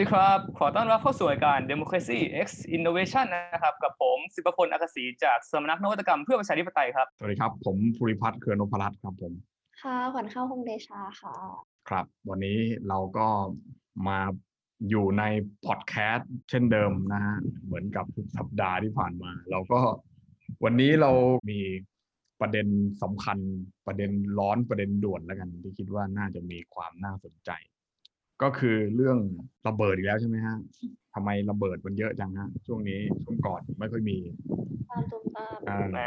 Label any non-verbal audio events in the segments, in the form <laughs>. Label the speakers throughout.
Speaker 1: ดีครับ ขอต้อนรับเข้าสู่รายการ Democracy X Innovation นะครับ กับผมสิบพลอักษีจากสำนักนวัตกรรมเพื่อประชาธิปไตยครับ
Speaker 2: สวัสดีครับ ผมภูริพัฒน์เครือนพรัตน์ครับผม
Speaker 3: ค่ะขวัญข้าวคงเดชาค่ะ
Speaker 2: ครับ วันนี้เราก็มาอยู่ในพอดแคสต์เช่นเดิมนะฮะเหมือนกับทุกสัปดาห์ที่ผ่านมา เราก็วันนี้เรามีประเด็นสำคัญประเด็นร้อนประเด็นด่วนแล้วกัน ที่คิดว่าน่าจะมีความน่าสนใจ ก็คือเรื่องระเบิดอีกแล้วใช่ไหมฮะทำไมระเบิดมันเยอะจังฮะช่วงนี้ช่วงก่อนไม่ค่อยมี
Speaker 3: ตามตุ้มตาม
Speaker 2: อ่า
Speaker 1: แหม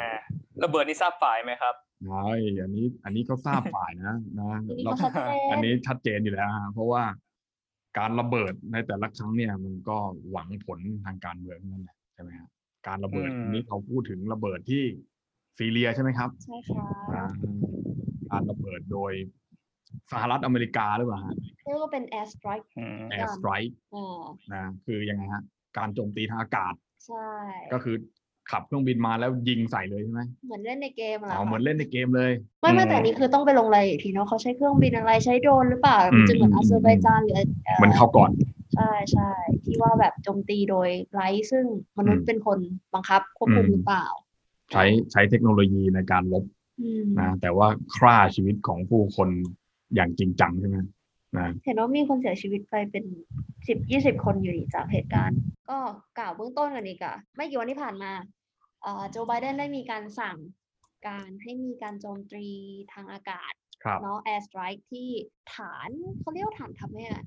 Speaker 1: ระเบิดนี่ทราบฝ่ายไหมครับ
Speaker 2: ใช่อันนี้ อันนี้ก็ทราบฝ่ายนะ นะ
Speaker 3: อันนี้
Speaker 2: เรา
Speaker 3: เขาชัดเจน
Speaker 2: อันนี้ชัดเจนอยู่แล้วฮะเพราะว่าการระเบิดในแต่ละครั้งเนี่ย มันก็หวังผลทางการเมืองนั่นแหละใช่ไหมฮะการระเบิด
Speaker 1: อืม
Speaker 2: อันนี้เราพูดถึงระเบิดที่ซีเรียใช่ไหมครับ
Speaker 3: ใช่ค่ะ
Speaker 2: อ่าการระเบิดโดยสหรัฐอเมริกาหรือเปล่า
Speaker 3: เรียกว่าเป็น air strike
Speaker 1: อืม
Speaker 2: แอร์สไตรค์
Speaker 3: อ่า
Speaker 2: นะคือยังไงฮะ การโจมตีทางอากาศ
Speaker 3: ใช่
Speaker 2: ก็คือขับเครื่องบินมาแล้วยิงใส่เลยใช่ไหม
Speaker 3: เหมือนเล่นในเกมะ
Speaker 2: อ๋อ
Speaker 3: ค่ะ
Speaker 2: เหมือนเล่นในเกมเลย
Speaker 3: ไม่ไม่
Speaker 1: อืม
Speaker 3: แต่อันนี้คือต้องไปลงรายละเอียดอีกทีเนาะเขาใช้เครื่องบินอะไรใช้โดรนหรือเปล่า
Speaker 2: อืม
Speaker 3: จะเหมือน
Speaker 2: อืม
Speaker 3: อาเซอร์ไบจานหรืออ่อ
Speaker 2: มันเข้าก่อน
Speaker 3: ใช่ใช่ที่ว่าแบบโจมตีโดยไร้ซึ่งมนุษ
Speaker 2: อื
Speaker 3: ย์
Speaker 2: ม
Speaker 3: เป็นคนบังคับควบคุม
Speaker 2: อืม
Speaker 3: หรือเปล่า
Speaker 2: ใช้ใช้เทคโนโลยีในการลบ
Speaker 3: อืม
Speaker 2: นะแต่ว่าฆ่าชีวิตของผู้คนอย่างจริงจังใช่ไหมนะ
Speaker 3: เห็นว่ามีคนเสียชีวิตไปเป็นสิบยี่สิบคนอยู่ดีจากเหตุการณ์ ก็กล่าวเบื้องต้นกันอีกอะไม่กี่วันที่ผ่านมาโจไบเดนได้มีการสั่งการให้มีการโจมตีทางอากาศ
Speaker 2: ครับ
Speaker 3: เนาะแอร์สไตรค์ที่ฐานเขาเรียกว่าฐานทัพไหมอ่ะ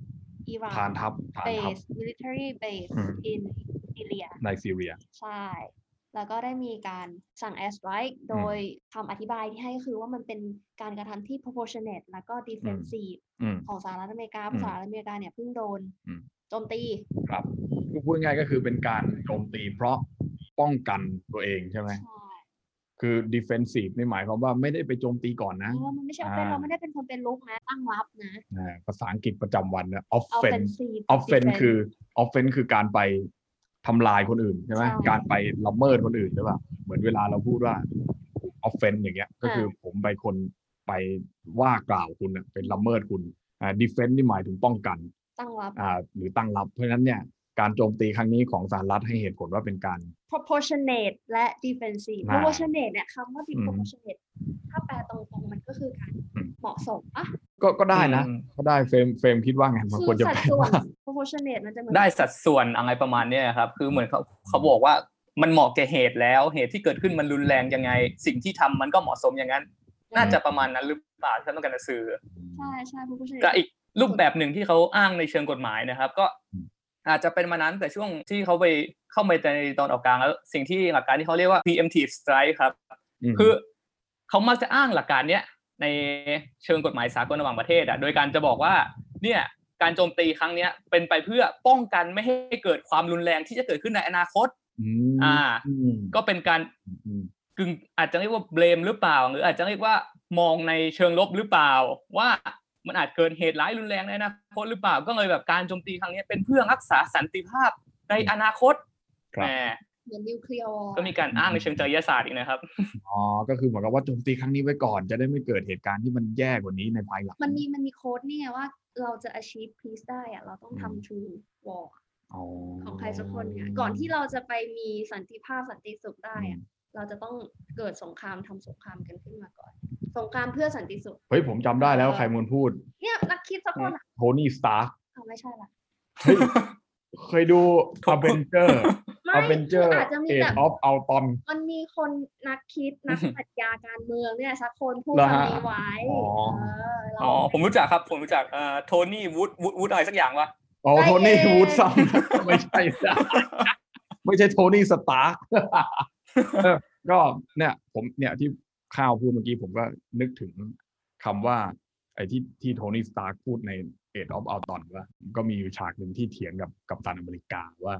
Speaker 3: อิหร่า
Speaker 2: ฐาน
Speaker 3: น
Speaker 2: ทัพฐานทัพ
Speaker 3: base military base
Speaker 2: อืม
Speaker 3: in ซีเรีย
Speaker 2: ในซีเรีย
Speaker 3: ใช่ แล้วก็ได้มีการสั่งแอร์สไตรค์โดยคำอธิบายที่ให้ก็คือว่ามันเป็นการกระทำที่ proportionate แล้วก็ defensive
Speaker 2: อืม
Speaker 3: ของสหรัฐอเมริกา
Speaker 2: อืม
Speaker 3: สหรัฐอเมริกาเนี่ยเพิ่งโดน
Speaker 2: อืม
Speaker 3: โจมตี
Speaker 2: ครับพูดง่ายๆก็คือเป็นการโจมตีเพราะป้องกันตัวเองใช่ไหม
Speaker 3: ใช่
Speaker 2: คือ defensive นี่หมายความว่าไม่ได้ไปโจมตีก่อนนะ
Speaker 3: เพราะว่ามันไม่ใช่ออฟเฟน
Speaker 2: อ่า
Speaker 3: เราไม่ได้เป็นคนเป็นลุกนะตั้งรับนะ
Speaker 2: อ่าภาษาอังกฤษประจำวันนะ
Speaker 3: เอาเป็น
Speaker 2: offense
Speaker 3: ซี
Speaker 2: offense คือ offense คือการไปทำลายคนอื่นใช่ไหม
Speaker 3: ใช่
Speaker 2: การไปละเมิดคนอื่นหรือเปล่าเหมือนเวลาเราพูดว่า offense อย่างเงี้ย ก็
Speaker 3: อ่า
Speaker 2: คือผมไปคนไปว่ากล่าวคุณน่ะเป็นละเมิดคุณอ่า defense นี่หมายถึงป้องกัน
Speaker 3: ตั้งรับ
Speaker 2: อ่าหรือตั้งรับ เพราะฉะนั้นเนี่ยการโจมตีครั้งนี้ของสหรัฐให้เหตุผลว่าเป็นการ
Speaker 3: proportionate และ defensive
Speaker 2: อ่า
Speaker 3: proportionate เนี่ยคำว่า
Speaker 2: อืม
Speaker 3: proportionate ถ้าแปลตรงๆ มันก็คือการ
Speaker 2: อืม
Speaker 3: เหมาะสมอะ
Speaker 2: ก็ก็ได้นะ
Speaker 1: อืม
Speaker 2: ก็ได้เฟรมเฟรมคิดว่าไงมัน
Speaker 3: คื
Speaker 2: ควรจะ
Speaker 3: สัด
Speaker 2: เป็น
Speaker 3: ส่วน
Speaker 2: ว่า
Speaker 3: proportionate มันจะเหมือน
Speaker 1: ได้สัดส่วนอะไรประมาณเนี้ยครับ คือเหมือนเขาเขาบอกว่ามันเหมาะแก่เหตุแล้ว เหตุที่เกิดขึ้นมันรุนแรงยังไง สิ่งที่ทำมันก็เหมาะสมอย่างนั้น น่าจะประมาณนั้นหรือเปล่าที่เขาต้องการจะสื่อ
Speaker 3: ใช่ใช่ proportionate
Speaker 1: กับอีกรูปแบบหนึ่งที่เขาอ้างในเชิงกฎหมายนะครับ ก็อาจจะเป็นมานั้นแต่ช่วงที่เขาไปเข้าไปในตอนออกกลางแล้วสิ่งที่หลักการที่เขาเรียกว่า preemptive strike ครับ
Speaker 2: ม
Speaker 1: คือเขามักจะอ้างหลักการเนี้ยในเชิงกฎหมายสากลระหว่างประเทศอ่ะโดยการจะบอกว่าเนี่ยการโจมตีครั้งเนี้ยเป็นไปเพื่อป้องกันไม่ให้เกิดความรุนแรงที่จะเกิดขึ้นในอนาคต
Speaker 2: ม
Speaker 1: อ่า
Speaker 2: อืม
Speaker 1: ก็เป็นการ
Speaker 2: อืม
Speaker 1: กึ่งอาจจะเรียกว่าเบลมหรือเปล่า หรืออาจจะเรียกว่ามองในเชิงลบหรือเปล่า ว่ามันอาจเกิดเหตุร้ายรุนแรงในอนาคตหรือเปล่า ก็เลยแบบการโจมตีครั้งเนี้ยเป็นเพื่อรักษาสันติภาพในอนาคต
Speaker 2: ครับ
Speaker 1: แหม
Speaker 3: เหมือนนิวเคลียร์วอร์
Speaker 1: ก็มีการอ้างในเชิงจริยศาสตร์อีกนะครับ
Speaker 2: อ๋อ ก็คือเหมือนกับว่าโจมตีครั้งนี้ไว้ก่อน จะได้ไม่เกิดเหตุการณ์ที่มันแย่กว่านี้ในภายหลัง
Speaker 3: มันมีมันมีโค้ดเนี่ยว่าเราจะ achieve peace ได้อะเราต้อง
Speaker 2: อืม
Speaker 3: ทำ true war
Speaker 2: อ๋อ
Speaker 3: ของใครสักคนเนี่ยก่อนที่เราจะไปมีสันติภาพสันติสุขได้
Speaker 2: อืม
Speaker 3: อะเราจะต้องเกิดสงครามทำสงครามกันขึ้นมาก่อน สงครามเพื่อสันติสุข
Speaker 2: เฮ้ย ผมจำได้แล้วใครมูลพูด
Speaker 3: เนี่ยนักคิดสักคนอะ
Speaker 2: โทนี่ สตาร์
Speaker 3: เอาไม่ใช่ละ
Speaker 2: เคยดู
Speaker 1: ถู
Speaker 2: อ
Speaker 1: ก
Speaker 2: v เ n นเจอร์
Speaker 3: <laughs> ไม่
Speaker 2: อเวนเจอร์
Speaker 3: มันอาจจะมี
Speaker 2: เอ็ด
Speaker 3: แบบ
Speaker 2: ออฟอัลตอน
Speaker 3: มันมีคนนักคิ
Speaker 2: <laughs>
Speaker 3: ด นักปรัชญาการเมืองเนี่ยสักคนพูด
Speaker 2: เหรอฮะ
Speaker 3: คำนี้ไว้
Speaker 2: อ๋อ
Speaker 3: เออเรา
Speaker 1: อ๋อผมรู้จักครับผมรู้จักเอ่อโทนี่วูดวูดวูดอะไรสักอย่างวะ
Speaker 2: อ๋อโท
Speaker 3: ใจเย็น
Speaker 2: นี่วูดซัม <laughs> ไม่ใช่นะไม่ใช่โทนี่สตา <laughs> ร์ก็เนี่ยผมเนี่ยที่ข้าวพูดเมื่อกี้ผมก็นึกถึงคำว่า ไอ้ที่ที่โทนี่สตาร์พูดในเอ็ดออฟอัลตอนว่าก็มีอยู่ฉากหนึ่งที่เถียงกับกัปตันอเมริกาว่า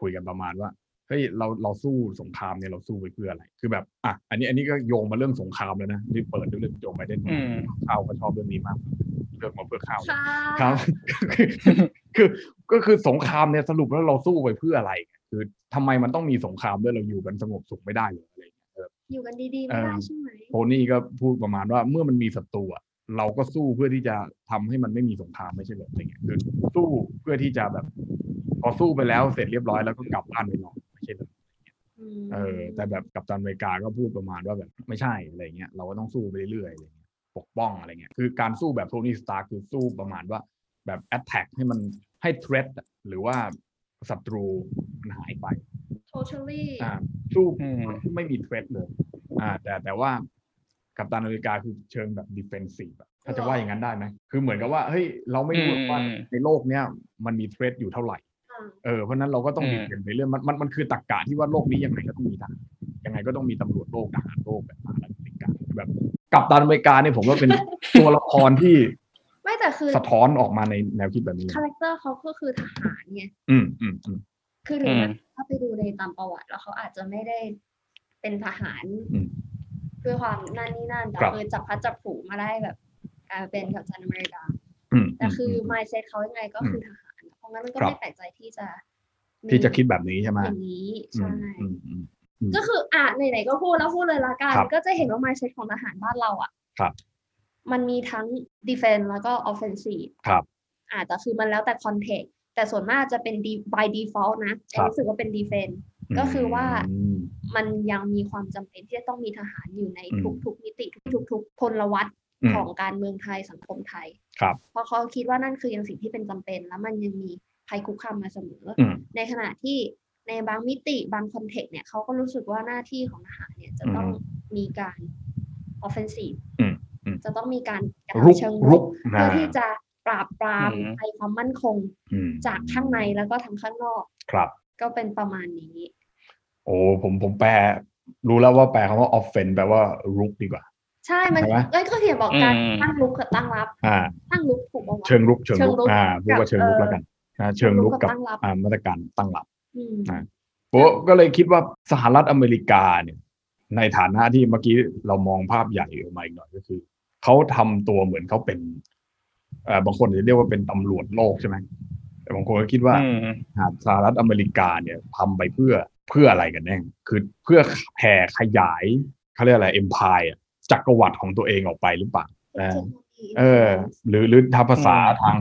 Speaker 2: คุยกันประมาณว่าเฮ้ยเราเราสู้สงครามเนี่ยเราสู้ไปเพื่ออะไร คือแบบอ่ะอันนี้อันนี้ก็โยงมาเรื่องสงครามแล้วนะที่เปิดด้วยเรื่องโจไบเดน
Speaker 1: อืม
Speaker 2: ข้าวก็ชอบเรื่องนี้มากเลือกมาเพื่อข้าว
Speaker 3: ค่ะ <laughs>
Speaker 2: ครับ คือก็คือสงครามเนี่ยสรุปแล้วเราสู้ไปเพื่ออะไร คือทำไมมันต้องมีสงครามด้วยเราอยู่กันสงบสุขไม่ได้เลยอะไรอย่างเงี้ยเออ
Speaker 3: อยู่กันดีๆ ไม่ได้
Speaker 2: เออ
Speaker 3: ใช่ไหม
Speaker 2: โทนี่ก็พูดประมาณว่าเมื่อมันมีศัตรูอะ เราก็สู้เพื่อที่จะทำให้มันไม่มีสงครามไม่ใช่เหรออะไรเงี้ยคือสู้เพื่อที่จะแบบพอสู้ไปแล้วเสร็จเรียบร้อยแล้วก็กลับบ้านไปนอนไม่ใช่เหรอ
Speaker 3: ม
Speaker 2: เออแต่แบบกัปตันอเมริกาก็พูดประมาณว่าแบบไม่ใช่อะไรเงี้ยเราก็ต้องสู้ไปเรื่อยๆอะไรเงี้ยปกป้องอะไรเงี้ยคือการสู้แบบโทนี่สตาร์คือสู้ประมาณว่าแบบแอตแทกให้มันให้เทรดหรือว่าศัตรูมันหายไป
Speaker 3: totally
Speaker 2: อ่าสู้
Speaker 1: อืม
Speaker 2: ไม่มีเทรดเลยอ่าแต่แต่ว่ากัปตันอเมริกาคือเชิงแบบดิเฟนซีฟถ้าจะว่าอย่างนั้นได้ไหมคือเหมือนกับว่าเฮ้ยเราไม่รู้หรอกว่า
Speaker 1: อืม
Speaker 2: ในโลกเนี้ยมันมีเทรดอยู่เท่าไหร่
Speaker 3: อ่า
Speaker 2: เออเพราะฉะนั้นเราก็ต้อง
Speaker 1: อืม
Speaker 2: ดีเกันไปเรื่อยมันมันมันคือตรรกกะที่ว่าโลกนี้ยังไงก็ต้องมีทหารยังไงก็ต้องมีตำรวจโลกทหารโลกแบบสหรัฐอเมริกาแบบกับตันอเมริกาเนี่ยผมว่า
Speaker 3: <laughs>
Speaker 2: เป็น ตัวละครที่
Speaker 3: ไม่แต่คือ
Speaker 2: สะท้อนออกมาในแนวคิดแบบนี้
Speaker 3: คาแรคเตอร์เขาก็คือทหารไง
Speaker 2: อืมอืมอืม
Speaker 3: คือหรืออ
Speaker 1: ม
Speaker 3: ถ้าไปดูในตามประวัติแล้วเขาอาจจะไม่ได้เป็นทหาร
Speaker 2: อืม
Speaker 3: ด้วยความนั่นนี่นั่นแต่
Speaker 2: ครับ
Speaker 3: คือจับพลัดจับผลูมาได้แบบกลายเป็นกัปตันอเมริกา
Speaker 2: อืม
Speaker 3: แต่คืออ
Speaker 2: ม
Speaker 3: mindset เขายังไงก็คือทหาร เพราะงั้นมันก็
Speaker 2: ครับ
Speaker 3: ไม่แปลกใจที่จะมี
Speaker 2: ที่จะคิดแบบนี้ใช่ไหม
Speaker 3: อย่างนี้
Speaker 2: อื
Speaker 3: ใช่
Speaker 2: มอืมอืม
Speaker 3: ก็คืออ่ะไหนๆก็พูดแล้วพูดเลยละกัน
Speaker 2: ครับ
Speaker 3: ก็จะเห็นว่า mindset ของทหารบ้านเราอ่ะ
Speaker 2: ครับ
Speaker 3: มันมีทั้ง defense แล้วก็ offensive
Speaker 2: ครับ
Speaker 3: อ่ะแต่คือมันแล้วแต่ context แต่ส่วนมากจะเป็น de- by default นะ
Speaker 2: ครับ
Speaker 3: รู้สึกว่าเป็น defense ก็คือว่า
Speaker 2: ม
Speaker 3: มันยังมีความจำเป็นที่จะต้องมีทหารอยู่ใน
Speaker 2: อืม
Speaker 3: ทุกๆมิติทุกๆพลวัต
Speaker 2: อืม
Speaker 3: ของการเมืองไทยสังคมไทย
Speaker 2: ครับ
Speaker 3: เพราะเขาคิดว่านั่นคือยังสิ่งที่เป็นจำเป็น แล้วมันยังมีภัยคุกคามมาเสมออ
Speaker 2: ม
Speaker 3: ในขณะที่ในบางมิติบางคอนเทกต์เนี่ยเขาก็รู้สึกว่าหน้าที่ของทหารเนี่ยจะต้องมีการ offensive
Speaker 2: อืมอืม
Speaker 3: จะต้องมีการกระ
Speaker 2: รุก
Speaker 3: ทำเชิง
Speaker 2: รุ
Speaker 3: รุก
Speaker 2: ก
Speaker 3: เพื่อที่
Speaker 2: อ่า
Speaker 3: จะปราบปราม
Speaker 1: อืม
Speaker 3: ภัยความมั่นคง
Speaker 2: อืม
Speaker 3: จากข้างในแล้วก็ทางข้างนอก
Speaker 2: ครับ
Speaker 3: ก็เป็นประมาณนี้
Speaker 2: โอ้ผมผมแปล รู้แล้วว่าแปลคำว่า offense แปลว่ารุกดีกว่า
Speaker 3: ใช่มัน
Speaker 2: ใช่ไหม
Speaker 3: เอ้ยก็เขียนบอกการ
Speaker 1: อืม
Speaker 3: ตั้งรุกกับตั้งรับ
Speaker 2: อ่า
Speaker 3: ตั้งรุกถูกเอาไว้
Speaker 2: เชิงรุกเชิงรุก
Speaker 3: เชิงรุก
Speaker 2: อ่าพูดว่า
Speaker 3: กับ
Speaker 2: เชิงรุก
Speaker 3: เอ่อ
Speaker 2: แล้วกันนะเชิงรุกกับ
Speaker 3: ตั้งรับ
Speaker 2: อ่ามาตรการตั้งหลัก
Speaker 3: อืม
Speaker 2: อ่า ผมก็เลยคิดว่าสหรัฐอเมริกาเนี่ยในฐานะที่เมื่อกี้เรามองภาพใหญ่ออกมาอีกหน่อยก็คือเขาทำตัวเหมือนเขาเป็นเอ่อบางคนจะเรียกว่าเป็นตำรวจโลกใช่ไหมแต่บางคนก็คิดว่า
Speaker 1: อืม
Speaker 2: หาดสหรัฐอเมริกาเนี่ยทำไปเพื่อเพื่ออะไรกันแน่ คือเพื่อแผ่ขยายเขาเรียกอะไรเอ็มพายจักรวรรดิของตัวเองออกไปหรือเปล่า อ่า เออ หรือหรือถ้าภาษา
Speaker 1: อืม
Speaker 2: ทาง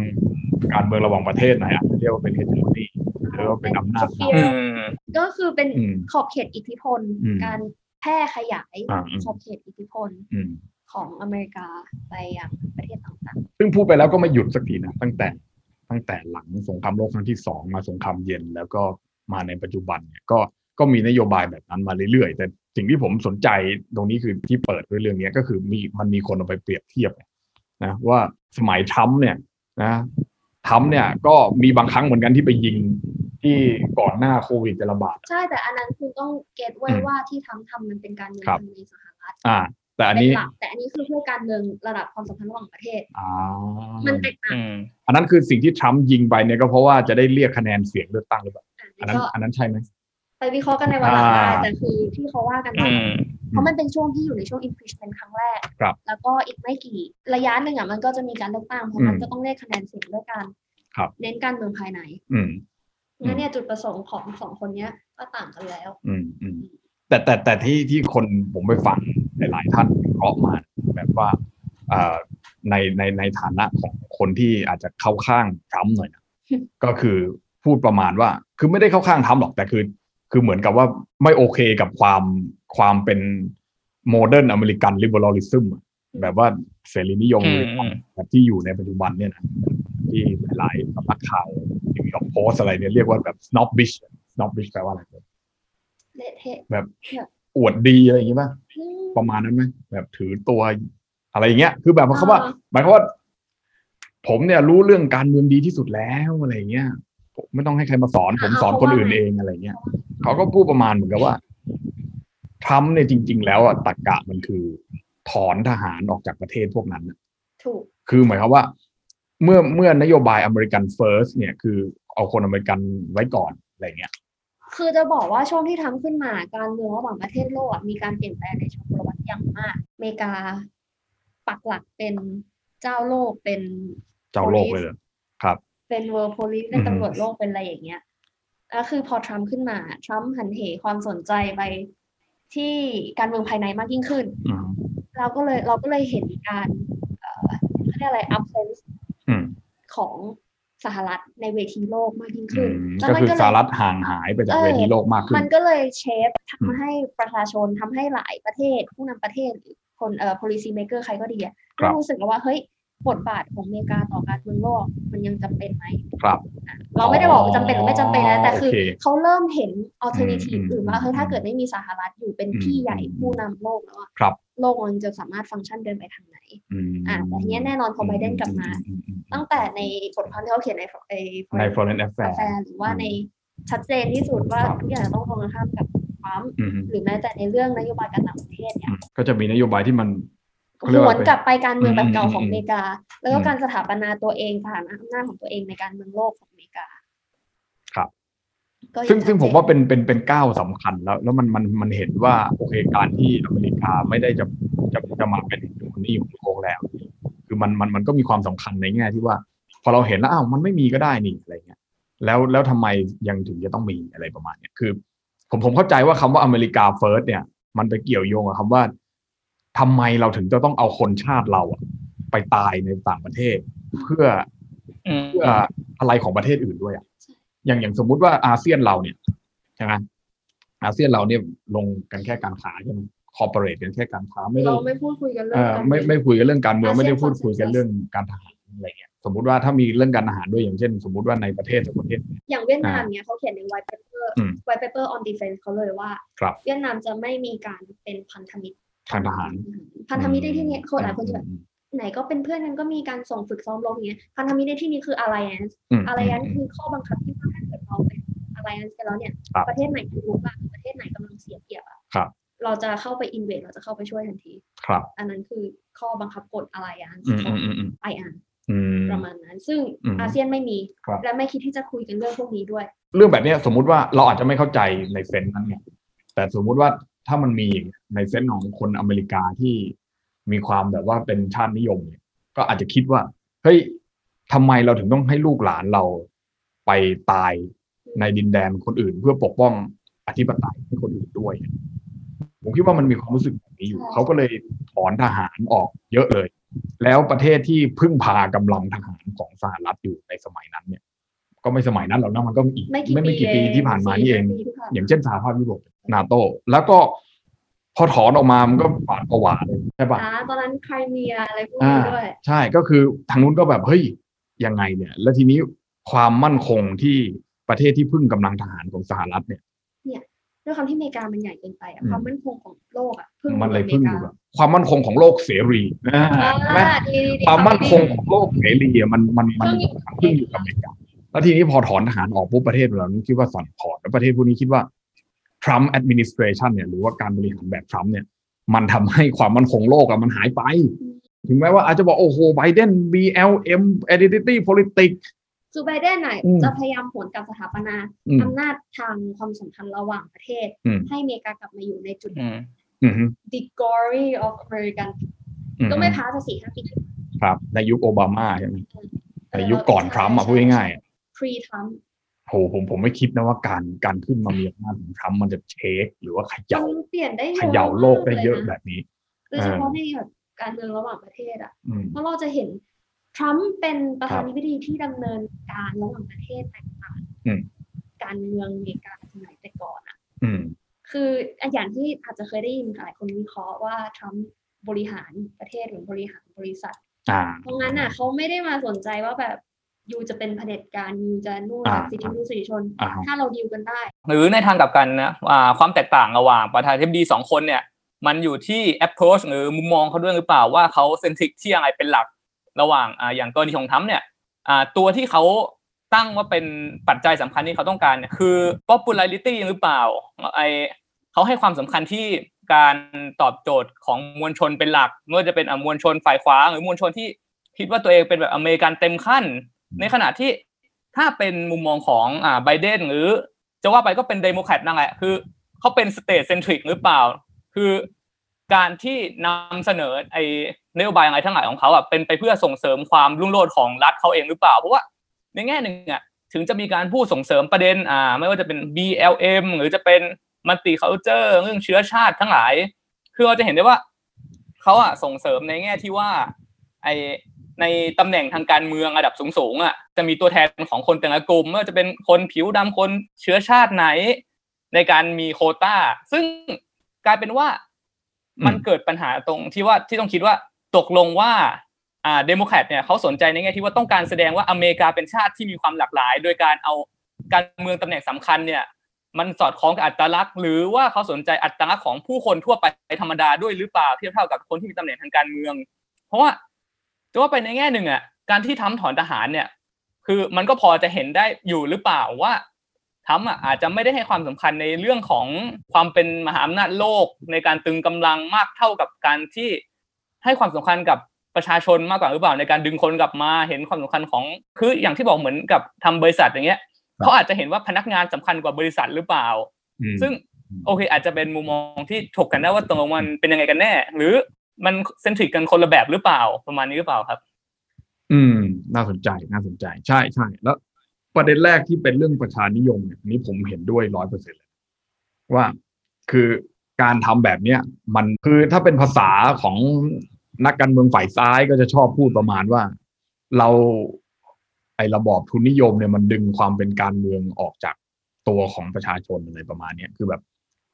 Speaker 2: การเมืองระหว่างประเทศหน่อยอ่ะเรียกว่าเป็นเฮจิโมนีหรือว่าเป็นอำนาจ
Speaker 3: Sphere
Speaker 1: อืม
Speaker 3: ก็คือเป็น
Speaker 2: อืม
Speaker 3: ขอบเขตอิทธิพล
Speaker 2: อืม
Speaker 3: การแพร่ขยาย
Speaker 2: อ่าอืม
Speaker 3: ขอบเขตอิทธิพล
Speaker 2: อืม
Speaker 3: ของอเมริกาไปยังประเทศต่าง
Speaker 2: ซึ่งพูดไปแล้วก็ไม่หยุดสักทีนะตั้งแต่ตั้งแต่หลังสงครามโลกครั้งที่สองมาสงครามเย็นแล้วก็มาในปัจจุบันเนี่ยก็ก็มีนโยบายแบบนั้นมาเรื่อยๆ แต่สิ่งที่ผมสนใจตรงนี้คือที่เปิดด้วยเรื่องเนี้ยก็คือมีมันมีคนเอาไปเปรียบเทียบนะว่าสมัยทรัมป์เนี่ยนะทรัมป์เนี่ยก็มีบางครั้งเหมือนกันที่ไปยิงที่ก่อนหน้าโควิดจะระบาด
Speaker 3: ๆ ใช่แต่อันนั้นคุณต้องเก็ตไว้
Speaker 2: อืม
Speaker 3: ว่าที่ทำทำมันเป็นการเมือง
Speaker 2: ครับ
Speaker 3: ในสหรัฐ
Speaker 2: อ่า แต่อัน
Speaker 3: เป็น
Speaker 2: นี้
Speaker 3: หลักแต่อันนี้คือเพื่อการเมืองระดับความสัมพันธ์ระหว่างประเทศ
Speaker 2: อ่า
Speaker 3: มันแตกต่าง
Speaker 1: อืม
Speaker 2: อันนั้นคือสิ่งที่ทรัมป์ยิงไปเนี่ยก็เพราะว่าจะได้เรียกคะแนนเสียงเลือกตั้งหรือเปล่า
Speaker 3: กัน
Speaker 2: อัน
Speaker 3: แล้
Speaker 2: นั้
Speaker 3: วน ก็
Speaker 2: อันนั้นใช่ไหม
Speaker 3: ไปวิเคราะห์กันในวันหลังได้
Speaker 2: อ่า
Speaker 3: แต่คือที่เขาว่ากัน
Speaker 1: อื
Speaker 3: ว่า
Speaker 1: ม
Speaker 3: เพราะมันเป็นช่วงที่อยู่ในช่วง impeachment ครั้งแรก
Speaker 2: ครับ
Speaker 3: แล้วก็อีกไม่กี่ระยะหนึ่งอ่ะมันก็จะมีการเลือกตั้งเพราะมัน
Speaker 2: อืม
Speaker 3: ก็ต้องเรียกคะแนนเสียงด้วยการ
Speaker 2: ครับ
Speaker 3: เน้นการเมืองภายใน
Speaker 2: อืม อืม
Speaker 3: งั้นเนี่ยจุดประสงค์ของสองคนเนี้ยก็ต่างกันแล้ว
Speaker 2: อืมอืมแต่แต่แต่ที่ที่คนผมไปฟังหลาย ๆ ท่านวิเคราะห์มาแบบว่าเอ่อในในในฐานะของคนที่อาจจะเข้าข้างทรัมป์หน่
Speaker 1: <laughs>
Speaker 2: อยนะ ก็คือพูดประมาณว่า คือไม่ได้เข้าข้างทรัมป์หรอกแต่คือ คือเหมือนกับว่าไม่โอเคกับความความเป็นโมเดิร์นอเมริกันลิเบอรัลิซึมแบบว่าเสรีนิยม
Speaker 1: อืมอืม
Speaker 2: แบบที่อยู่ในปัจจุบันเนี่ยนะที่หลายๆสำนักข่าวที่มีออกโพสต์อะไรเนี่ยเรียกว่าแบบ snobbish snobbish แปลว่าอะไร
Speaker 3: เละเทะ
Speaker 2: อวดดีอะไรอย่างงี้ป่ะประมาณนั้นไหมแบบถือตัวอะไรอย่างเงี้ย คือแบบเขามว่า
Speaker 3: อ่า
Speaker 2: หมายความว่า ผมเนี่ยรู้เรื่องการเมืองดีที่สุดแล้วอะไรอย่างเงี้ยผมไม่ต้องให้ใครมาสอน ผมสอนคนอื่นเองอะไรอย่างเงี้ยเขาก็พูดประมาณเหมือนกับว่าทรัมป์เนี่ยจริง ๆ แล้วอ่ะตรกกะมันคือ ถอนทหารออกจากประเทศพวกนั้นน่ะ
Speaker 3: ถูก
Speaker 2: คือหมายความว่า เมื่อเมื่อนโยบายอเมริกันเฟิร์สเนี่ย คือเอาคนอเมริกันไว้ก่อนอะไรอย่างเงี้ย
Speaker 3: คือจะบอกว่าช่วงที่ทำขึ้นมาการเมืองระหว่างประเทศโลกอะมีการเปลี่ยนแปลงในเชิงประวัติอย่างมากอเมริกา ปักหลักเป็นเจ้าโลกเป็น
Speaker 2: เจ้าโลกเลยเหรอ
Speaker 3: เป็น world police เป็
Speaker 2: อื
Speaker 3: น
Speaker 2: อฮึ
Speaker 3: ตำรวจโลกเป็นอะไรอย่างเงี้ยแล้วคือพอทรัมป์ขึ้นมาทรัมป์หันเหความสนใจไปที่การเมืองภายในมากยิ่งขึ้น
Speaker 2: อือฮึ
Speaker 3: เราก็เลยเราก็เลยเห็นการเอ่อ ยกอะไร absence
Speaker 2: อืม
Speaker 3: ของสหรัฐในเวทีโลกมากยิ่ง
Speaker 2: อื
Speaker 3: ขึ้น
Speaker 2: ม
Speaker 3: แล้ว
Speaker 2: ก็
Speaker 3: มัน
Speaker 2: คือ
Speaker 3: ก็
Speaker 2: ส
Speaker 3: เล
Speaker 2: ห
Speaker 3: ย
Speaker 2: รัฐห่างหายไปจาก
Speaker 3: เออ
Speaker 2: เวทีโลกมากขึ้
Speaker 3: มัน นก็เลยเชฟ
Speaker 2: อืม
Speaker 3: ทำให้ประชาชนทำให้หลายประเทศ ผู้นำประเทศหรือคนเอ่อ policy maker ใครก็ดีอะ
Speaker 2: ครั
Speaker 3: เริ่
Speaker 2: บ
Speaker 3: มรู้สึกแล้วว่าเฮ้ยบทบาทของอเมริกาต่อการเมืองโลกมันยังจำเป็นไหม
Speaker 2: ครับ
Speaker 3: นะเราไม่ได้บอกว่าจำเป็นหรือไม่จำเป็นนะแต่คือ
Speaker 2: โอเค
Speaker 3: เขาเริ่มเห็น alternative
Speaker 2: อืม
Speaker 3: อื่นว่าเฮ้ยถ้า
Speaker 2: อืม
Speaker 3: เกิดไม่มีสหรัฐอยู่เป็น
Speaker 2: อืม
Speaker 3: พี่ใหญ่ผู้นำโลกแล้วอะ
Speaker 2: ครับ
Speaker 3: โลกมันจะสามารถฟังก์ชันเดินไปทางไหน
Speaker 2: ม
Speaker 3: อ่ะแต่ทีเนี้ยแน่นอนพอไบเดนกลับมา
Speaker 2: อืมอืมอื
Speaker 3: ตั้
Speaker 2: ม
Speaker 3: งแต่ในบทความที่เขาเขียนในใน
Speaker 2: ใน
Speaker 3: Foreign
Speaker 2: foreign affair
Speaker 3: Affair หรือว่าในชัดเจนที่สุดว่า
Speaker 2: ครับ
Speaker 3: ทุกอย่างจะต้องตรงกันข้ามกับความ
Speaker 2: อืมอืม
Speaker 3: หรือแม้แต่ในเรื่องนโยบายการต่างประเทศเนี่ย
Speaker 2: ก็จะมีนโยบายที่มัน เขาเรียก
Speaker 3: หว
Speaker 2: ว่าน เป็น
Speaker 3: กลับไปการเมืองแบบเก่า
Speaker 2: อืม
Speaker 3: ของอเมริกา แล้ว
Speaker 2: อื
Speaker 3: ก็
Speaker 2: ม
Speaker 3: การสถาปนาตัวเองสถานะอำนาจของตัวเองในการเมืองโลกของอเมริกา
Speaker 2: ครับ
Speaker 3: ก็ยัง
Speaker 2: ซึ่งซึ่ง
Speaker 3: ชัดเจน
Speaker 2: ผมว่าเป็นเป็นเป็นก้าวสำคัญแล้ว แล้วมันมันมันเห็นว่าโอเคการที่อเมริกาไม่ได้จะจะจะมาเป็นจุดนี้ของโลกแล้ว คือมันมันมันก็มีความสำคัญในแง่ที่ว่า พอเราเห็นแล้วอ้าวมันไม่มีก็ได้นี่อะไรเงี้ยแล้วแล้วทำไมยังถึงจะต้องมีอะไรประมาณเนี้ยคือ ผมผมเข้าใจว่าคำว่าอเมริกาเฟิร์สเนี่ย มันไปเกี่ยวโยงกับคำว่าทำไมเราถึงจะต้องเอาคนชาติเราอะไปตายในต่างประเทศ เพื่อ
Speaker 1: อืม
Speaker 2: เพื่ออะไรของประเทศอื่นด้วยอ่ะ อย่างอย่างสมมุติว่าอาเซียนเราเนี่ยใช่ไหมอาเซียนเราเนี่ยลงกันแค่การค้าใช่ไหมคอร์ปอเรทกันแค่การค้าไม่ได้
Speaker 3: เราไม่พูดคุยกันเรื่
Speaker 2: เอ่อไม่ไม่คุยกันเรื่องการเมืองไม่ได้พูดคุยกันเรื่องการทหารอะไรเงี้ย สมมุติว่าถ้ามีเรื่องการทหารด้วยอย่างเช่น สมมุติว่าในประเทศสักประเทศ
Speaker 3: อย่างเวียดนามเนี่ยเขาเขียนใน white paper
Speaker 2: อืม
Speaker 3: white paper on defense เขาเลยว่า
Speaker 2: ครับ
Speaker 3: เวียดนามจะไม่มีการเป็นพันธมิตร
Speaker 2: ทางทหาร
Speaker 3: พันธมิตรในที่เนี้ยคนหลายคนจะแบบ
Speaker 2: อืม
Speaker 3: ไหนก็เป็นเพื่อนกันก็มีการส่งฝึกซ้อมรบอย่างเงี้ยพันธมิตรในที่นี้คือ alliance
Speaker 2: ม
Speaker 3: alliance คือข้อบังคับที่ว่าถ้าเกิดเราเป็น alliance กันแล้วเนี่ย
Speaker 2: ครับ
Speaker 3: ประเทศไหนถูกรุกอะประเทศไหนกำลังเสียเปรียบอะ
Speaker 2: ครับ
Speaker 3: เราจะเข้าไป invade เราจะเข้าไปช่วยทันที
Speaker 2: ครับ
Speaker 3: อันนั้นคือข้อบังคับกฎ alliance
Speaker 2: อืม
Speaker 3: ข
Speaker 2: อื
Speaker 3: อง
Speaker 2: มอืมอืม
Speaker 3: IR
Speaker 2: อืม
Speaker 3: ประมาณนั้น ซึ่ง
Speaker 2: อืม
Speaker 3: อาเซียนไม่มี
Speaker 2: ครับ
Speaker 3: และไม่คิดที่จะคุยกันเรื่องพวกนี้ด้วย
Speaker 2: เรื่องแบบเนี้ยสมมุติว่าเราอาจจะไม่เข้าใจในเซนส์นั้นไงแต่สมมุติว่าถ้ามันมีในเซนส์ของคนอเมริกาที่มีความแบบว่าเป็นชาตินิยมเนี่ยก็อาจจะคิดว่าเฮ้ยทำไมเราถึงต้องให้ลูกหลานเราไปตายในดินแดนคนอื่น เพื่อปกป้องอธิปไตยให้คนอื่นด้วย ผมคิดว่ามันมีความรู้สึกแบบนี้อยู่
Speaker 3: ใช่
Speaker 2: เขาก็เลยถอนทหารออกเยอะเลย แล้วประเทศที่พึ่งพากำลังทหารของสหรัฐอยู่ในสมัยนั้นเนี่ย ก็ไม่สมัยนั้นหรอกนะมันก็อีก
Speaker 3: ไม่กี่
Speaker 2: ไม่กี่ปี
Speaker 3: เอง
Speaker 2: ที่ผ่านมา
Speaker 3: สี่
Speaker 2: นี่เอง
Speaker 3: ปีที่ผ่าน
Speaker 2: อย่างเช่นสหภาพยุโรปนาโตแล้วก็พอถอนออกมามันก็ปาดประหวาเลยใช่ปะ
Speaker 3: อ่าตอนนั้นไครเมียอะไรพวกนี้ด้วย
Speaker 2: ใช่ก็คือทางนู้นก็แบบเฮ้ยยังไงเนี่ย แล้วทีนี้ความมั่นคงที่ประเทศที่พึ่งกำลังทหารของสหรัฐเนี่ย
Speaker 3: ด้วยความที่อเมริกามันใหญ่เกินไปอะ
Speaker 2: อืม
Speaker 3: ความมั่นคงของโลกอะพึ่ง
Speaker 2: มันเลย
Speaker 3: อเม
Speaker 2: พึ่งอก
Speaker 3: ริา
Speaker 2: ยู่กับความมั่นคงของโลกเสรีอ่า
Speaker 3: อ่า
Speaker 2: ใช่ไหม
Speaker 3: ดีๆดี
Speaker 2: ความมั่นคง
Speaker 3: ดี
Speaker 2: ของโลกเสรีอะมันมันมัน
Speaker 3: พึ่งอ
Speaker 2: พึ่งอ
Speaker 3: ยู่
Speaker 2: ยู่กับอเมริกาแล้วทีนี้พอถอนทหารออกปุ๊บประเทศเหล่านี้คิดว่าสั่นคลอนแล้วประเทศพวกนี้คิดว่าทรัมป์แอดมินิส r a t i o n เนี่ยหรือว่าการบริหารแบบทรัมป์เนี่ย มันทำให้ความมั่นคงโลกอะมันหายไป ถึงแม้ว่าอาจจะบอกโอ้โหไบเดน BLM identity politics
Speaker 3: คือไบเดนน่ะ
Speaker 2: อืม
Speaker 3: จะพยายามผลกับสถาปนา
Speaker 2: อืม
Speaker 3: อำนาจทางความสัมพันธ์ระหว่างประเทศ
Speaker 2: อืม
Speaker 3: ให้อเมริกากลับมาอยู่ในจุด
Speaker 1: อืม
Speaker 2: อือฮึ
Speaker 3: the glory of American
Speaker 2: อื
Speaker 3: ก็ไม่พ้าจะสี่ห้าปีที่ผ่าน
Speaker 2: ครับในยุคโอบามาใช่ไหม
Speaker 3: มา
Speaker 2: ในยุคก่อนทรัมป์อ่ะพูดง่ายๆอะ
Speaker 3: pre Trump
Speaker 2: โหผมผมไม่คิดนะว่าการการขึ้นมามีอำนาจของทรัมป์มันจะเช็คหรือว่าเขย่า
Speaker 3: มันเปลี่ยนได้เย
Speaker 2: เข
Speaker 3: อะ
Speaker 2: ย่าโลกได้เยอะ
Speaker 3: มากล
Speaker 2: แบบนี้
Speaker 3: โดยเฉพาะในแบบการเมืองระหว่างประเทศอ่ะ
Speaker 2: อืม
Speaker 3: เพราะเราจะเห็นทรัมป์เป็นประธา
Speaker 2: ครับ
Speaker 3: นาธิบดีที่ดำเนินการระหว่างประเทศต่าง
Speaker 2: อืม
Speaker 3: ๆการเมืองอเมริกาสมัยแต่ก่อนอ่ะ
Speaker 2: อืม
Speaker 3: คืออย่างที่อาจจะเคยได้ยินหลายคนวิเคราะห์ว่าทรัมป์บริหารประเทศหรือบริหารบริษัท
Speaker 2: อ่า
Speaker 3: เพราะงั้นน่ะเขาไม่ได้มาสนใจว่าแบบยูจะเป็นเผด็จการยูจะนู่น
Speaker 2: อ่า
Speaker 3: สิทธิมนุษยชน
Speaker 2: อ่าฮะ
Speaker 3: ถ้าเราดีลกันได้
Speaker 1: หรือในทางกลับกันนะอ่าความแตกต่างระหว่างประธานาธิบดีสองคนเนี่ย มันอยู่ที่ approach หรือมุมมองเขาด้วยหรือเปล่าว่าเขาเซนทริกที่อะไรเป็นหลักระหว่างอ่าอย่างกรณีของทรัมป์เนี่ยอ่าตัวที่เขาตั้งว่าเป็นปัจจัยสำคัญที่เขาต้องการเนี่ยคือ popularity หรือเปล่าไอเขาให้ความสำคัญที่การตอบโจทย์ของมวลชนเป็นหลักไม่ว่าจะเป็นอ่ะมวลชนฝ่ายขวาหรือมวลชนที่คิดว่าตัวเองเป็นแบบอเมริกันเต็มขั้น ในขณะที่ถ้าเป็นมุมมองของอ่าไบเดนหรือ จะว่าไปก็เป็นเดโมแครตนั่นแหละ คือเขาเป็นสเตทเซนทริกหรือเปล่า คือการที่นำเสนอไอ้นโยบายอะไรทั้งหลายของเขาอ่ะเป็นไปเพื่อส่งเสริมความรุ่งโรจน์ของรัฐเขาเองหรือเปล่า เพราะว่าในแง่หนึ่งอ่ะถึงจะมีการพูดส่งเสริมประเด็นอ่าไม่ว่าจะเป็น BLM หรือจะเป็นมัลติเคาเจอร์เรื่องเชื้อชาติทั้งหลาย คือเราจะเห็นได้ว่าเขาอ่ะส่งเสริมในแง่ที่ว่า ไอ ในตำแหน่งทางการเมืองระดับสูงๆอ่ะจะมีตัวแทนของคนแต่ละกลุ่มไม่ว่าจะเป็นคนผิวดำคนเชื้อชาติไหน ในการมีโควต้า ซึ่งกลายเป็นว่า
Speaker 2: อืม
Speaker 1: มันเกิดปัญหาตรงที่ว่าที่ต้องคิดว่าตกลงว่าอ่าเดโมแครตเนี่ยเขาสนใจในแง่ที่ว่าต้องการแสดงว่าอเมริกาเป็นชาติที่มีความหลากหลาย โดยการเอาการเมืองตำแหน่งสำคัญเนี่ย มันสอดคล้องกับอัตลักษณ์ หรือว่าเขาสนใจอัตลักษณ์ของผู้คนทั่วไปธรรมดาด้วยหรือเปล่าเทียบเท่ากับคนที่มีตำแหน่งทางการเมือง เพราะว่าจะว่าไปในแง่หนึ่งอ่ะการที่ทำถอนทหารเนี่ย คือมันก็พอจะเห็นได้อยู่หรือเปล่าว่าทำอ่ะอาจจะไม่ได้ให้ความสำคัญในเรื่องของความเป็นมหาอำนาจโลกในการตึงกำลังมากเท่ากับการที่ให้ความสำคัญกับประชาชนมากกว่าหรือเปล่าในการดึงคนกลับมาเห็นความสำคัญของคืออย่างที่บอกเหมือนกับทำบริษัทอย่างเงี้ย
Speaker 2: ครับ
Speaker 1: เขาอาจจะเห็นว่าพนักงานสำคัญกว่าบริษัทหรือเปล่า
Speaker 2: อืม
Speaker 1: ซึ่ง
Speaker 2: อืม
Speaker 1: โอเค อาจจะเป็นมุมมองที่ถกกันได้ว่าตรงมันเป็นยังไงกันแน่ หรือมันเซนทริกกันคนละแบบหรือเปล่าประมาณนี้หรือเปล่าครับ
Speaker 2: อืม น่าสนใจน่าสนใจใช่ใช่แล้ว ประเด็นแรกที่เป็นเรื่องประชานิยมเนี่ยอันนี้ผมเห็นด้วยร้อยเปอร์เซ็นเลยว่าคือการทำแบบเนี้ยมันคือถ้าเป็นภาษาของนักการเมืองฝ่ายซ้ายก็จะชอบพูดประมาณว่า เราไอ้ระบอบทุนนิยมเนี่ยมันดึงความเป็นการเมืองออกจากตัวของประชาชนอะไรประมาณเนี้ยคือแบบ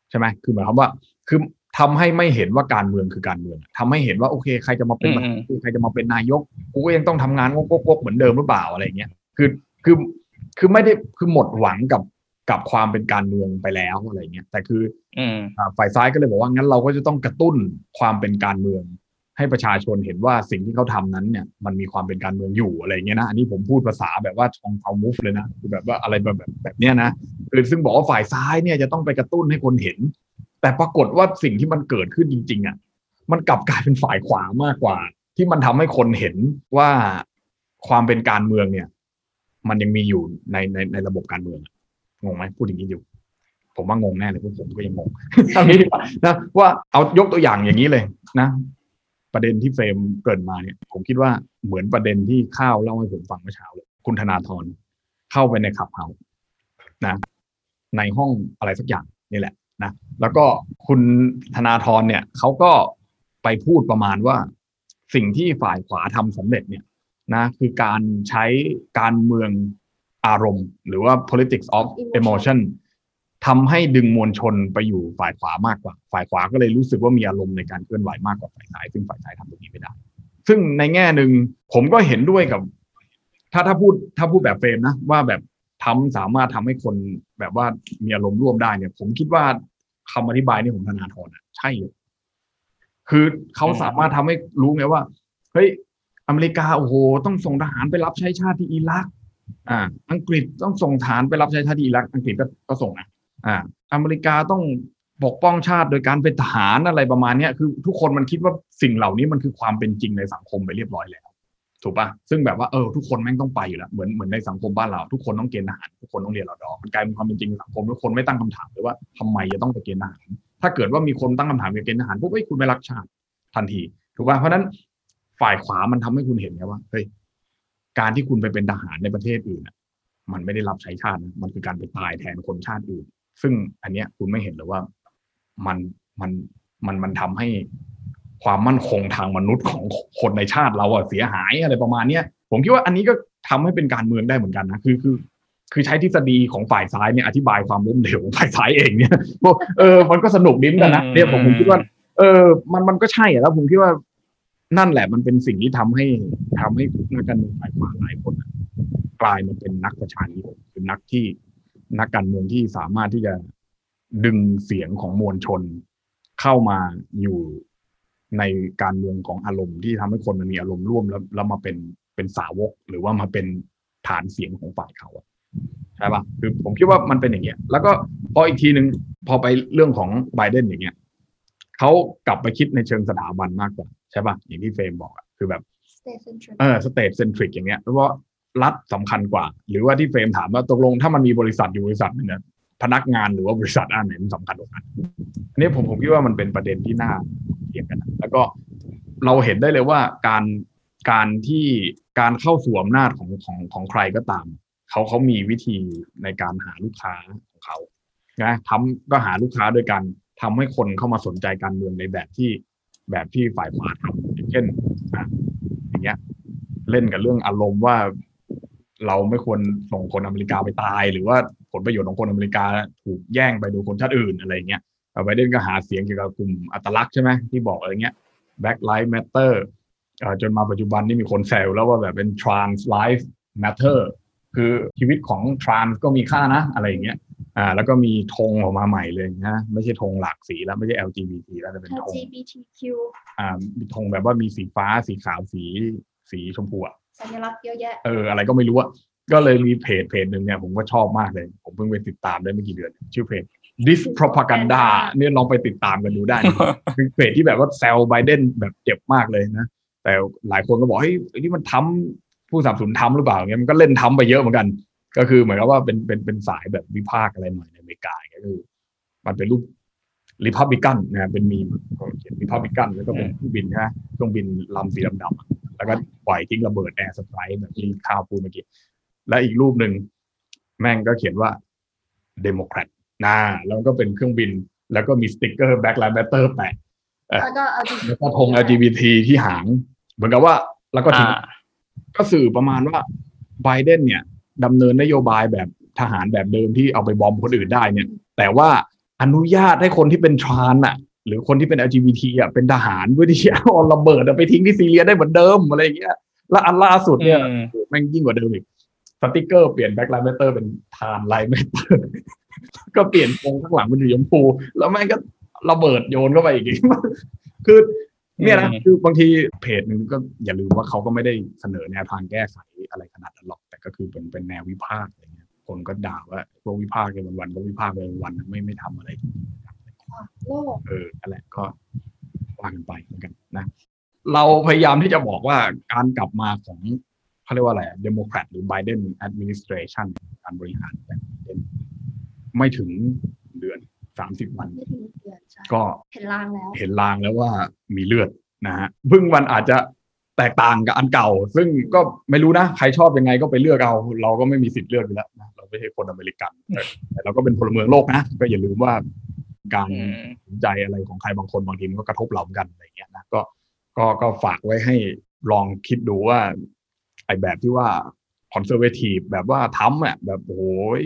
Speaker 2: ใช่ไหมคือหมายความว่า คือทำให้ไม่เห็นว่าการเมืองคือการเมืองทำให้เห็นว่าโอเค ใครจะมาเป็น
Speaker 1: อืม
Speaker 2: ประธานใครจะมาเป็นนายกกูก็ยังต้องทำงานงกๆๆเหมือนเดิมหรือเปล่าอะไรอย่างเงี้ย คือคือคือไม่ได้คือหมดหวังกับกับความเป็นการเมืองไปแล้วอะไรเงี้ยแต่คือ
Speaker 1: อืม
Speaker 2: อ่าฝ่ายซ้ายก็เลยบอกว่างั้นเราก็จะต้องกระตุ้นความเป็นการเมือง ให้ประชาชนเห็นว่าสิ่งที่เขาทำนั้นเนี่ยมันมีความเป็นการเมืองอยู่อะไรเงี้ยนะอันนี้ผมพูดภาษาแบบว่าชองเทามูฟเลยนะคือแบบว่าอะไรแบบแบบแบบเนี้ยนะคือซึ่งบอกว่าฝ่ายซ้ายเนี่ยจะต้องไปกระตุ้นให้คนเห็น แต่ปรากฏว่าสิ่งที่มันเกิดขึ้นจริง ๆอ่ะมันกลับกลายเป็นฝ่ายขวามากกว่า ที่มันทำให้คนเห็นว่าความเป็นการเมืองเนี่ย มันยังมีอยู่ในในในระบบการเมืองอะงงไหมพูดอย่างนี้อยู่ ผมว่างงแน่เลยพวกผมก็ยังงง <laughs> เอางี้ดีกว่านะว่าเอายกตัวอย่างอย่างนี้เลยนะ ประเด็นที่เฟรมเกริดมาเนี่ย ผมคิดว่าเหมือนประเด็นที่ข้าวเล่าให้ผมฟังเมื่อเช้าเลย คุณธนาธรเข้าไปในขับเฮานะ ในห้องอะไรสักอย่างนี่แหละนะแล้วก็คุณธนาธรเนี่ยเขาก็ไปพูดประมาณว่า สิ่งที่ฝ่ายขวาทำสำเร็จเนี่ย นะคือการใช้การเมืองอารมณ์ หรือว่า politics of emotion ทำให้ดึงมวลชนไปอยู่ฝ่ายขวามากกว่า ฝ่ายขวาก็เลยรู้สึกว่ามีอารมณ์ในการเคลื่อนไหวมากกว่าฝ่ายซ้าย ซึ่งฝ่ายซ้ายทำตรงนี้ไม่ได้ ซึ่งในแง่หนึ่งผมก็เห็นด้วยกับ ถ้าถ้าพูดถ้าพูดแบบเฟรมนะว่าแบบทำสามารถทำให้คนแบบว่ามีอารมณ์ร่วมได้เนี่ย ผมคิดว่าคำอธิบายนี่ของธนาธรอะใช่เลยคือเขาสามารถทำให้รู้ไงว่าเฮ้ย อเมริกาโอ้โหต้องส่งทหารไปรับใช้ชาติที่อิรัก อ่า อังกฤษต้องส่งทหารไปรับใช้ชาติที่อิรัก อังกฤษก็ก็ส่งนะอ่า อเมริกาต้องปกป้องชาติโดยการเป็นทหารอะไรประมาณเนี้ยคือ ทุกคนมันคิดว่าสิ่งเหล่านี้มันคือความเป็นจริงในสังคมไปเรียบร้อยแล้ว ถูกปะซึ่งแบบว่าเออทุกคนแม่งต้องไปอยู่แล้วเหมือนเหมือนในสังคมบ้านเราทุกคนต้องเกณฑ์ทหารทุกคนต้องเรียนรอดอมันกลายเป็นความเป็นจริงในสังคมทุกคนไม่ตั้งคำถามเลยว่าทำไมจะต้องไปเกณฑ์ทหาร ถ้าเกิดว่ามีคนตั้งคำถามเกี่ยวกับเกณฑ์ทหารปุ๊บเอ้ยคุณไม่รักชาติ ทันทีถูกป่ะเพราะฉะนั้นฝ่ายขวามันทำให้คุณเห็นไงว่าเฮ้ยการที่คุณไปเป็นทหารในประเทศอื่นน่ะ มันไม่ได้รับใช้ชาตินะมันคือการไปตายแทนคนชาติอื่น ซึ่งอันเนี้ยคุณไม่เห็นเลยว่ามันมันมันมันทำให้ความมั่นคงทางมนุษย์ของคนในชาติเราอะเสียหายอะไรประมาณเนี้ยผมคิดว่าอันนี้ก็ทำให้เป็นการเมืองได้เหมือนกันนะคือคือ คือใช้ทฤษฎีของฝ่ายซ้ายเนี่ยอธิบายความล้มเหลวของฝ่ายซ้ายเองเนี่ย <laughs> ว่าเออมันก็สนุกดิ้นกันนะเนี่ยผมผมคิดว่า เออ มันมันก็ใช่อะแล้วผมคิดว่า นั่นแหละมันเป็นสิ่งที่ทำให้ทำให้นักการเมืองฝ่ายขวาหลายคนอะกลายมาเป็นนักประชานิยมเป็นนักที่นักการเมืองที่สามารถที่จะดึงเสียงของมวลชน เข้ามาอยู่ในการเมืองของอารมณ์ที่ทำให้คนมันมีอารมณ์ร่วมแล้วแล้วมาเป็นเป็นสาวก หรือว่ามาเป็นฐานเสียงของฝ่ายเขาอะใช่ปะคือผมคิดว่ามันเป็นอย่างเงี้ย แล้วก็พออีกทีหนึ่งพอไปเรื่องของไบเดนอย่างเงี้ย เขากลับไปคิดในเชิงสถาบันมากกว่า ใช่ป่ะ อย่างที่เฟรมบอกอะคือแบบ
Speaker 3: State Central
Speaker 2: เออสเตทเซนทริกอย่างเงี้ยเพราะว่ารัฐสำคัญกว่า หรือว่าที่เฟรมถามว่าตกลงถ้ามันมีบริษัทอยู่บริษัทหนึงเนี่ยพนักงานหรือว่าบริษัทอันไหนมันสำคัญกว่ากันอันนี้ผมผมคิดว่ามันเป็นประเด็นที่น่าเถียงกันนะแล้วก็เราเห็นได้เลยว่าการการที่การเข้าสู่อำนาจของของของใครก็ตาม เขาเขามีวิธีในการหาลูกค้าของเขานะทำก็หาลูกค้าโดยการทำให้คนเข้ามาสนใจการเมืองในแบบที่แบบที่ฝ่ายขวาทำอย่างเช่นอ่ะอย่างเงี้ย เล่นกับเรื่องอารมณ์ว่า เราไม่ควรส่งคนอเมริกาไปตาย หรือว่าผลประโยชน์ของคนอเมริกาถูกแย่งไปโดยคนชาติอื่นอะไรอย่างเงี้ยไบเดนก็หาเสียงเกี่ยวกับกลุ่มอัตลักษณ์ใช่ไหมที่บอกอะไรเงี้ย Black Lives Matter เอ่อจนมาปัจจุบันนี่มีคนแซวแล้วว่าแบบเป็น trans life matter คือชีวิตของทรานส์ก็มีค่านะ อะไรอย่างเงี้ย อ่า แล้วก็มีธงออกมาใหม่เลยนะไม่ใช่ธงหลากสีแล้วไม่ใช่ LGBT แล้วแต่เป็นธง
Speaker 3: LGBTQ
Speaker 2: อ่ามีธงแบบว่ามีสีฟ้าสีขาวสีสีชมพูอะ
Speaker 3: สัญลักษณ์เยอะแยะ
Speaker 2: เอออะไรก็ไม่รู้อะก็เลยมีเพจเพจหนึ่งเนี่ยผมก็ชอบมากเลย ผมเพิ่งไปติดตามได้ไม่กี่เดือน ชื่อเพจ Dis Propaganda เนี่ยลองไปติดตามกันดูได้นะ คือเพจที่แบบว่าแซวไบเดนแบบเจ็บมากเลยนะ แต่หลายคนก็บอกเฮ้ยไอ้นี่มันทำผู้สนับสนุนทำหรือเปล่าเงี้ยมันก็เล่นทำไปเยอะเหมือนกัน ก็คือเหมือนกับว่าเป็นเป็นเป็นสายแบบวิพากษ์อะไรหน่อยในอเมริกาอย่างเงี้ยก็คือมันเป็นรูปริพับบิกันนะเป็นมีมเขาเขียนริพับบิกันแล้วก็เป็นเครื่องบินใช่ไหมเครื่องบินลำสีดำๆอะแล้วก็ปล่อยทิ้งระเบิดแอร์สไตร์แบบที่ข้าวพูดเมื่อกี้และอีกรูปหนึ่งแม่งก็เขียนว่าเดโมแครตนะแล้วก็เป็นเครื่องบิน แล้วก็มีสติกเกอร์แบ็คไลน์แบตเตอร์แปะ เออ
Speaker 3: แล้วก็ LGBT
Speaker 2: แล้วก็ธง LGBT ที่หาง เหมือนกับว่า แล้วก็ถึง
Speaker 1: อ่า
Speaker 2: ก็สื่อประมาณว่าไบเดนเนี่ยดำเนินนโยบายแบบทหารแบบเดิมที่เอาไปบอมคนอื่นได้เนี่ย แต่ว่าอนุญาตให้คนที่เป็นทรานส์อ่ะ หรือคนที่เป็น LGBT อ่ะเป็นทหารเพื่อที่จะเอาระเบิดอะไปทิ้งที่ซีเรียได้เหมือนเดิมอะไรอย่างเงี้ยและอันล่าสุดเนี่ย
Speaker 1: อืม
Speaker 2: แม่งยิ่งกว่าเดิมอีก สติกเกอร์เปลี่ยนแบ็คไลน์แมตเตอร์เป็นทานไลน์แมตเตอร์ <laughs> ก็เปลี่ยนโครงข้างหลังเป็นสีชมพู แล้วแม่งก็ระเบิดโยนเข้าไปอีก <laughs> คือ เนี่ยนะ
Speaker 1: อืม
Speaker 2: คือบางทีเพจหนึ่งก็อย่าลืมว่าเขาก็ไม่ได้เสนอแนวทางแก้ไขอะไรขนาดนั้นหรอก แต่ก็คือเป็นเป็นแนววิพากษ์อะไรเงี้ยคนก็ด่าว่าพวกวิพากษ์ในวันวันๆก็วิพากษ์ในวันๆไม่ไม่ทำอะไร
Speaker 3: โลก
Speaker 2: เออนั่นแหละก็ว่ากันไปแล้วกันนะ เราพยายามที่จะบอกว่าการกลับมาของเขาเรียกว่าอะไรเดโมแครตหรือไบเดนแอดมินิสทรชันการบริหารแบบ Biden ไม่ถึงเดือนสามสิบวัน
Speaker 3: ไม่ถึงเดือนใช่
Speaker 2: ก็
Speaker 3: เห็นลางแล้ว
Speaker 2: เห็นลางแล้วว่ามีเลือดนะฮะเพิ่งมันอาจจะแตกต่างกับอันเก่า ซึ่งก็ไม่รู้นะ ใครชอบยังไงก็ไปเลือกเอา เราก็ไม่มีสิทธิ์เลือกอยู่แล้วนะเราไม่ใช่คนอเมริกันแต่แต่เราก็เป็นพลเมืองโลกนะ ก็อย่าลืมว่าการ
Speaker 1: อืม
Speaker 2: ตัดสินใจอะไรของใครบางคนบางทีมันก็กระทบเราเหมือนกันอะไรอย่างเงี้ยนะก็ก็ก็ฝากไว้ให้ลองคิดดูว่า ไอ้แบบที่ว่าคอนเซอร์เวทีฟแบบว่าทำอ่ะแบบโอ้ย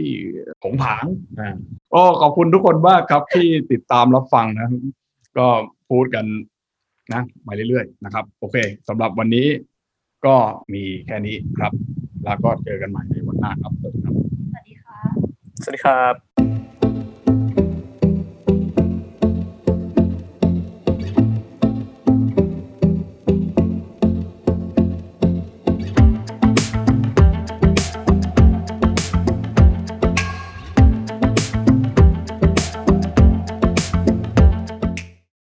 Speaker 2: ผงผางอ่าก็ขอบคุณทุกคนมากครับที่ติดตามรับฟังนะ ก็พูดกันนะไปเรื่อยๆนะครับ โอเคสำหรับวันนี้ก็มีแค่นี้ครับ แล้วก็เจอกันใหม่ในวันหน้าครับสวัสดีครับ
Speaker 3: สวัสดีค่ะ
Speaker 1: สวัสดีครับ